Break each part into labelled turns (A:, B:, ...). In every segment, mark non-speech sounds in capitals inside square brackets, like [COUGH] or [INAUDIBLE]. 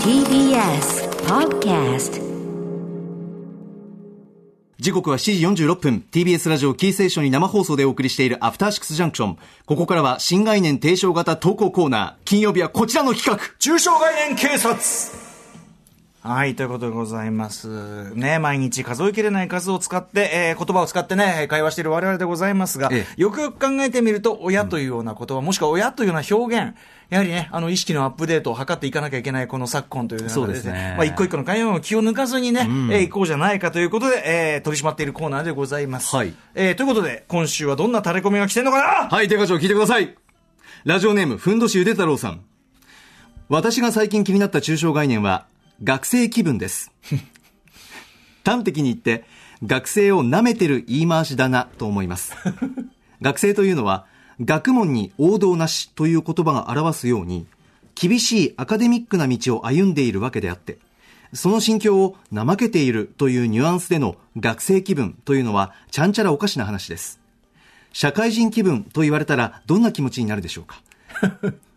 A: TBS Podcast
B: 時刻は7時46分 TBS ラジオキーセーションに生放送でお送りしているアフターシックスジャンクションここからは新概念提唱型投稿コーナー金曜日はこちらの企画
C: 中小概念警察はい、ということでございます。ね、毎日数えきれない数を使って、えー言葉を使ってね、会話している我々でございますが、
B: え
C: よくよく考えてみると、親というような言葉、もしくは親というような表現、やはりね、あの、意識のアップデートを図っていかなきゃいけないこの昨今という中で、
B: そうですね
C: まあ、一個一個の会話を気を抜かずにね、えー行こうじゃないかということで、えー取り締まっているコーナーでございます。
B: はい
C: えーということで、今週はどんなタレコミが来てんのかな、
B: はい、デカ長聞いてください。ラジオネーム、ふんどしゆで太郎さん。私が最近気になった抽象概念は、学生気分です。端的に言って、学生を舐めてる言い回しだなと思います。学生というのは、学問に王道なしという言葉が表すように、厳しいアカデミックな道を歩んでいるわけであって、その心境を怠けているというニュアンスでの学生気分というのは、ちゃんちゃらおかしな話です。社会人気分と言われたらどんな気持ちになるでしょう [LAUGHS] か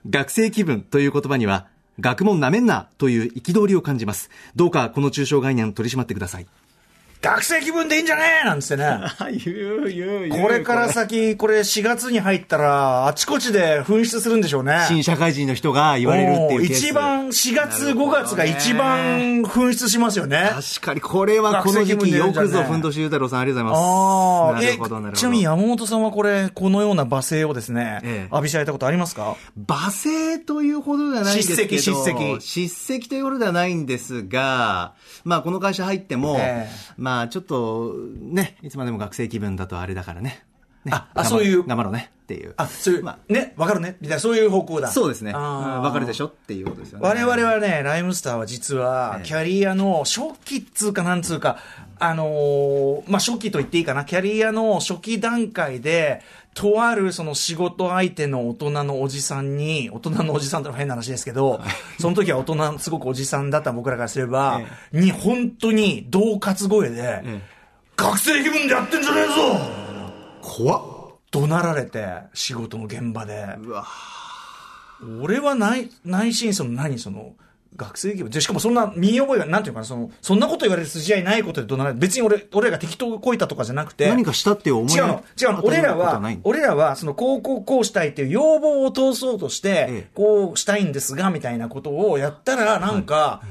B: 学生気分という言葉には学問なめんなという憤りを感じますどうかこの抽象概念を取り締まってください
C: 学生気分でいいんじゃねえなんつってね。
B: 言う言う
C: これから先、これ4月に入ったら、あちこちで噴出するんでしょうね。
B: 新社会人の人が言われるっていう
C: もう
B: ケース
C: 一番、4月、5月が一番噴出しますよね。
B: 確かにこれはこの時期よくぞふんどしゆうたろうさんありがとうござい
C: あ
B: ま
C: あ、
B: すな
C: え
B: るほどなるほど
C: ちなみに山本さんはこれ、このような罵声をですね、
B: ええ
C: 浴びしられたことありますか
B: 罵声というほどではないんですけど
C: 叱責叱責
B: 叱責というほどではないんですが、まあ、この会社入っても、
C: ええ
B: まあ、ちょっと、ね、いつまでも学生気分だとあれだからね。ね
C: あ
B: 頑張
C: あ
B: ろ
C: そういう
B: 頑張ろうねっていう。
C: あ、そういう、
B: ま
C: ね、わかるねみたいな、そういう方向だ。
B: あ、そうですね。うん
C: あー
B: わ、かるでしょっていうことですよね。
C: 我々はね、ライムスターは実は、キャリアの初期っつうかなんつうか、あのーまあ、初期と言っていいかな、キャリアの初期段階で、とあるその仕事相手の大人のおじさんに、大人のおじさんってのは変な話ですけど、その時は大人、すごくおじさんだった僕らからすれば、に、本当に、同喝声で、学生気分でやってんじゃねえぞ
B: 怖っ。
C: 怒鳴られて、仕事の現場で。俺は内、内心その何その、学生気分。で、しかもそんな身に覚えが、なんていうかな、その、そんなこと言われる筋合いないことで怒鳴られ別に俺、俺らが適当こいたとかじゃなくて。
B: 何かしたって思い
C: 違うの、違うの。俺らは、俺らは、その、こう、こう、こうしたいっていう要望を通そうとして、
B: ええ
C: こうしたいんですが、みたいなことをやったら、なんか、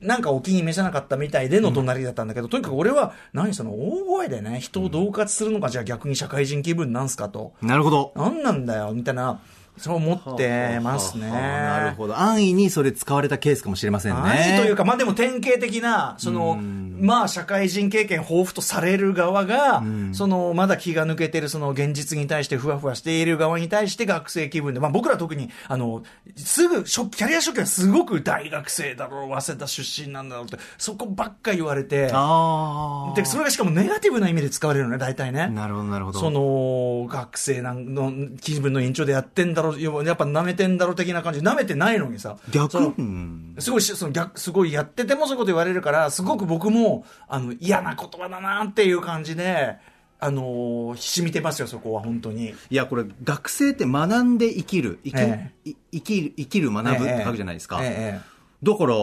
C: なんかお気に召さなかったみたいでの怒鳴りだったんだけど、とにかく俺は、何その大声でね、人を恫喝するのが、じゃあ逆に社会人気分なんすかと。
B: なるほど。
C: なんなんだよ、みたいな、そう思ってますね。
B: はあはあはあなるほど。安易にそれ使われたケースかもしれませんね。
C: 何というか、まあでも典型的な、その、まあ社会人経験豊富とされる側が、その、まだ気が抜けてる、その現実に対してふわふわしている側に対して学生気分で、まあ僕ら特に、あの、すぐ、初キャリア初期はすごく大学生だろう、早稲田出身なんだろうって、そこばっか言われて、
B: ああ。
C: で、それがしかもネガティブな意味で使われるのね、大体ね。
B: なるほど、なるほど。
C: その、学生なんの気分の延長でやってんだろう、要はやっぱ舐めてんだろう的な感じで、舐めてないのにさ。
B: 逆
C: その
B: うん
C: すごいし、その逆、すごいやっててもそういうこと言われるから、すごく僕も、あの、嫌な言葉だなっていう感じで、あのー、染みてますよ、そこは、本当に。
B: いや、これ、学生って学んで生きる。生き,、
C: え
B: い生きる、生きる学ぶって書くじゃないですか。
C: えええ
B: だから、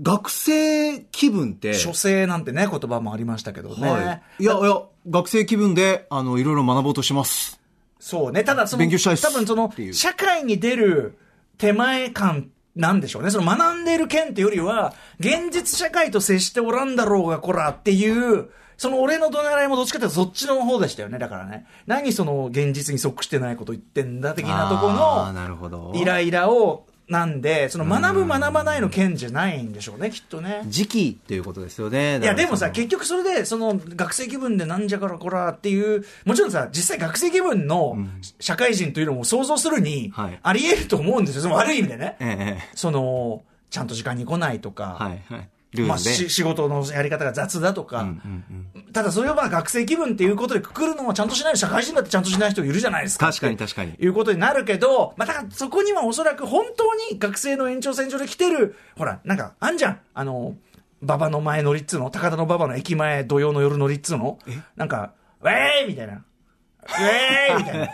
B: 学生気分って、
C: え書生なんてね、言葉もありましたけどね。
B: はい、いやいや、学生気分で、あの、いろいろ学ぼうとします。
C: そうね。ただその、
B: 勉強したいっす
C: 多分その
B: ってい、う
C: 社会に出る手前感なんでしょうね。その学んでる件っていうよりは、現実社会と接しておらんだろうが、こらっていう、その俺の怒鳴らいもどっちかっていうとそっちの方でしたよね。だからね。何その現実に即してないこと言ってんだ的なとこ
B: あーなるほど
C: の、イライラを、なんで、その学ぶ学ばないの件じゃないんでしょうね、きっとね。
B: 時期っていうことですよね。
C: いやでもさ、
B: 結
C: 結局それで、その学生気分でなんじゃからこらっていう、もちろんさ、実際学生気分の社会人というのも想像するに
B: はい、
C: あり得ると思うんですよ。その悪い意味でね。
B: ええ
C: その、ちゃんと時間に来ないとか、
B: はい、はい。ルールで。
C: まあ、し
B: [LAUGHS]
C: 仕事のやり方が雑だとか、ただそれをまあ学生気分っていうことでくくるのはちゃんとしない、社会人だってちゃんとしない人いるじゃないですか。
B: 確かに確かに
C: いうことになるけど、まあ、だからそこにはおそらく本当に学生の延長線上で来てる、ほら、なんか、あんじゃん。あの、馬場の前乗りっつうの、高田の馬場の駅前土曜の夜乗りっつうの、なんか、ウェーイみたいな。えーみたいな。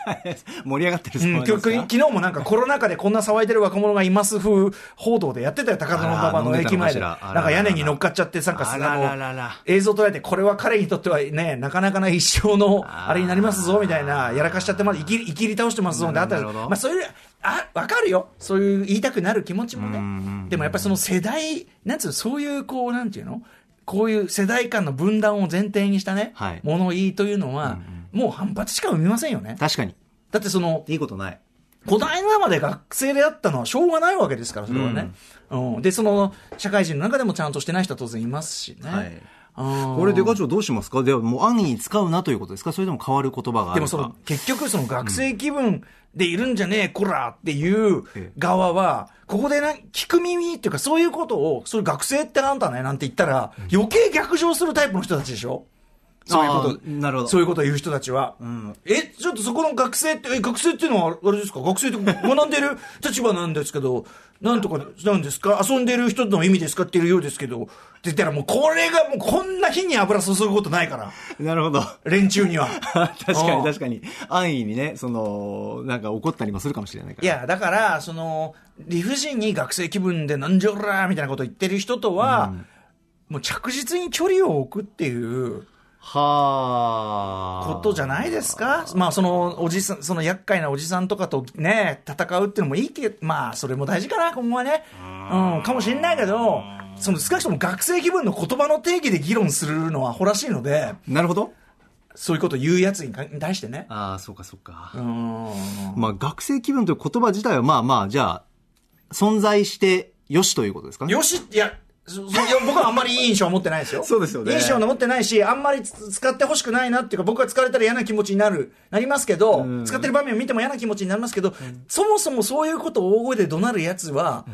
B: 盛り上がってる
C: う、
B: そうんなん
C: き
B: で
C: ょ
B: すか
C: 昨日もなんかコロナ禍でこんな騒いでる若者がいます風報道でやってたよ、高田の馬場
B: あ
C: の
B: ら飲んでた
C: 駅
B: のか
C: 前
B: し
C: で。
B: ら
C: なん
B: あららら
C: か屋根に乗っかっちゃって、なんか
B: あ
C: あ
B: らららら
C: の、映像捉えて、これは彼にとってはね、なかなかな一生の
B: あー
C: あれになりますぞ、みたいな、やらかしちゃって、まだ生きり生きり倒してますぞ、みたいなあった
B: なるほ
C: り
B: ど
C: まあそういう、あ、わかるよ。そういう言いたくなる気持ちもね。でもやっぱりその世代、なんつうの、そういうこう、なんていうのこういう世代間の分断を前提にしたね、
B: はい
C: 物言いというのは、もう反発しか生みませんよね。
B: 確かに
C: だってその、
B: いいことない
C: 古代の中で学生であったのはしょうがないわけですから、それはね。うんで、その、社会人の中でもちゃんとしてない人は当然いますしね。
B: はい
C: うん
B: これデカ長どうしますかではもう安易に使うなということですかそれとも変わる言葉があるか
C: でもその、結局その学生気分でいるんじゃねえ、こらっていう
B: ええ
C: 側は、ここでな、聞く耳っていうかそういうことを、そういう学生ってあんたね、なんて言ったら、余計逆上するタイプの人たちでしょそういうこ
B: あ
C: と。
B: ーなるほど
C: [LAUGHS] そういうことを言う人たちは。え、ちょっとそこの学生って、え、学生っていうのはあれですか学生って学んでる [LAUGHS] 立場なんですけど、なんとかなんですか遊んでる人の意味ですかっていうようですけど、って言ったらもうこれがもうこんな火に油注ぐことないから、
B: なるほ
C: [LAUGHS]
B: ど
C: 連中には。
B: 確か
C: う
B: に
C: ん
B: 確かに安易にねそのなんか怒ったりもするかもしれないから
C: いや、だから、その、理不尽に学生気分でなんじゃおらーみたいなこと言ってる人とは、もう着実に距離を置くっていう
B: はあ
C: ことじゃないですかまあ、その、おじさん、その厄介なおじさんとかとね、戦うっていうのもいいけど、まあ、それも大事かな、今後はね。うん、かもしれないけど、その、少なくとも学生気分の言葉の定義で議論するのはアホらしいので、
B: なるほど
C: そういうこと言うやつにかに対してね。
B: ああそうかそうか
C: うん。
B: まあ、学生気分という言葉自体は、まあまあ、じゃあ、存在してよしということですかね。
C: よし、いや、そそいや僕はあんまりいい印象は持ってないですよ。
B: そうですよね
C: 印象は持ってないし、あんまりつ使ってほしくないなっていうか、僕は使われたら嫌な気持ちになる、なりますけど、使ってる場面を見ても嫌な気持ちになりますけど、そもそもそういうことを大声で怒鳴るやつは、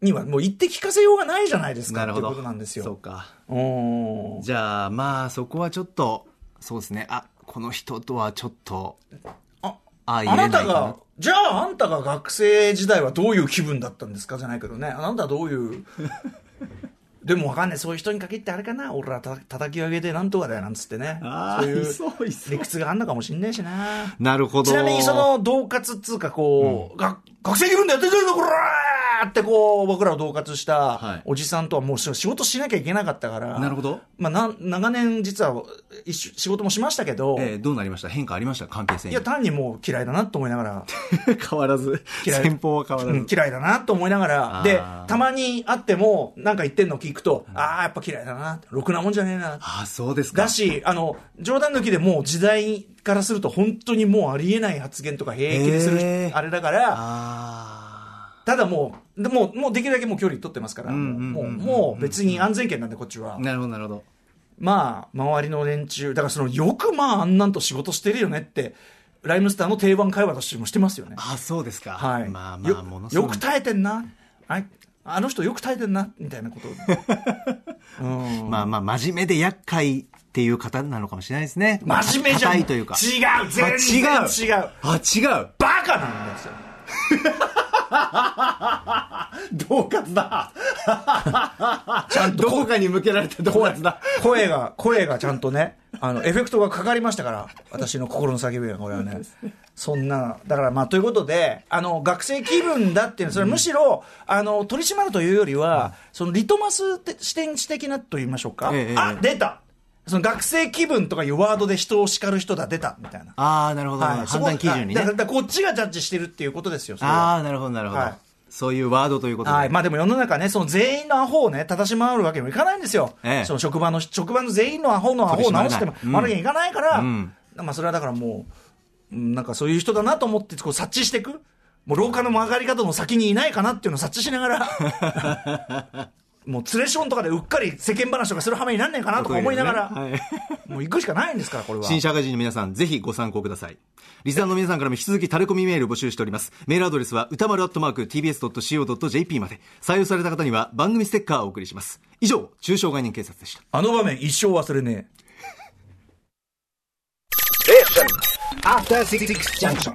C: にはもう言って聞かせようがないじゃないですか、
B: な
C: っ
B: る
C: てい
B: ほ
C: う
B: ど。
C: ことなんです
B: そう
C: よ。
B: か。
C: うん
B: じゃあ、まあ、そこはちょっと、そうですね。あ、この人とはちょっと、
C: あ
B: あ
C: あ
B: 入れ
C: ない
B: か
C: たが、じゃああんたが学生時代はどういう気分だったんですかじゃないけどね。あなたはどういう。 [LAUGHS] でもわかんない。そういう人に限ってあれかな。俺らた叩き上げてなんとかだよなんつってね。
B: あ
C: そういう
B: そういそう
C: 理屈があんのかもしんないしな。
B: なるほど。
C: ちなみにそ、の、同活っつうかこう、が学生気分でやってんじゃねえのこらーってこう、僕らを同活し
B: は
C: た
B: い
C: おじさんとはもう仕仕事しなきゃいけなかったから。
B: なるほど。
C: まあ、なん長年実は一緒仕事もしましたけど、
B: えーどうなりました変化ありました関係性
C: い
B: に。
C: や、単にもう嫌いだなと思いながら。
B: 変わらず。
C: 嫌い
B: [LAUGHS] 先方は変わら
C: う
B: ず。
C: ん、嫌いだなと思いながら
B: あ、ー
C: で、たまに会っても、なんか言ってんの聞くと、ああ、やっぱ嫌いだな、ろくなもんじゃねえな。
B: ああ、そうですか。
C: だし、あの、冗談抜きでもう時代からすると本当にもうありえない発言とか平気でする人
B: へー
C: あれだから、
B: あ
C: ただもう、でもう、もうできるだけもう距離取ってますから、
B: んうん
C: も
B: う
C: う、
B: ん
C: もう別に安全圏なんでこっちは
B: あ。。なるほど、なるほど。
C: まあ、周りの連中、だからその、よくまああんなんと仕事してるよねって、ライムスターの定番会話としてもしてますよね。
B: ああ、そうですか。
C: はい。
B: まあまあ、ものす
C: よ
B: ご
C: よ
B: い
C: く。耐えてんな。ああの人よく耐えてんな、みたいな
B: [LAUGHS]
C: こと。うん
B: まあまあ、真面目で厄介っていう方なのかもしれないですね。
C: 真面目じゃん。
B: 硬いというか。
C: 違う全然
B: あ
C: 違う
B: あ、違う。
C: バカなんですよ。
B: 同喝だ。
C: ちゃんと
B: どこかに向けられた同喝だ。
C: 声が、声がちゃんとね、あの、エフェクトがかかりましたから、私の心の叫びが、これはね。そんな、だからまあ、ということで、あの、学生気分だっていうのは、それはむしろ、あの、取り締まるというよりは、その、リトマスって視点視的なと言いましょうか。
B: えええ
C: あ
B: え、
C: 出たその、学生気分とかいうワードで人を叱る人だ、出たみたいな。
B: ああ、なるほど。
C: はい、
B: 判断基準に
C: そこだ
B: ね
C: か。らだからこっちがジャッジしてるっていうことですよ、それは
B: ああ、なるほど、なるほど
C: はい。
B: そういうワードということ
C: はい。
B: で。
C: まあでも世の中ね、その全員のアホをね、正し回るわけにもいかないんですよ。
B: ええ
C: その職場の、職場の全員のアホのアホを直しても
B: 取り締まれないうん
C: 回るわけにいかないから、
B: うん
C: まあそれはだからもう、うんなんかそういう人だなと思って、こう察知していく。もう廊下の曲がり方の先にいないかなっていうのを察知しながら、
B: [LAUGHS]
C: もうツレションとかでうっかり世間話とかする羽目になんねえかなとか思いながら、
B: はい
C: もう行くしかないんですから、これは。
B: 新社会人の皆さん、ぜひご参考ください。リスナーの皆さんからも引き続きタレコミメールを募集しております。メールアドレスは歌丸アットマーク tbs.co.jp まで。採用された方には番組ステッカーをお送りします。以上、中小概念警察でした。
C: あの場面一生忘れねえ。
D: After Six Junction.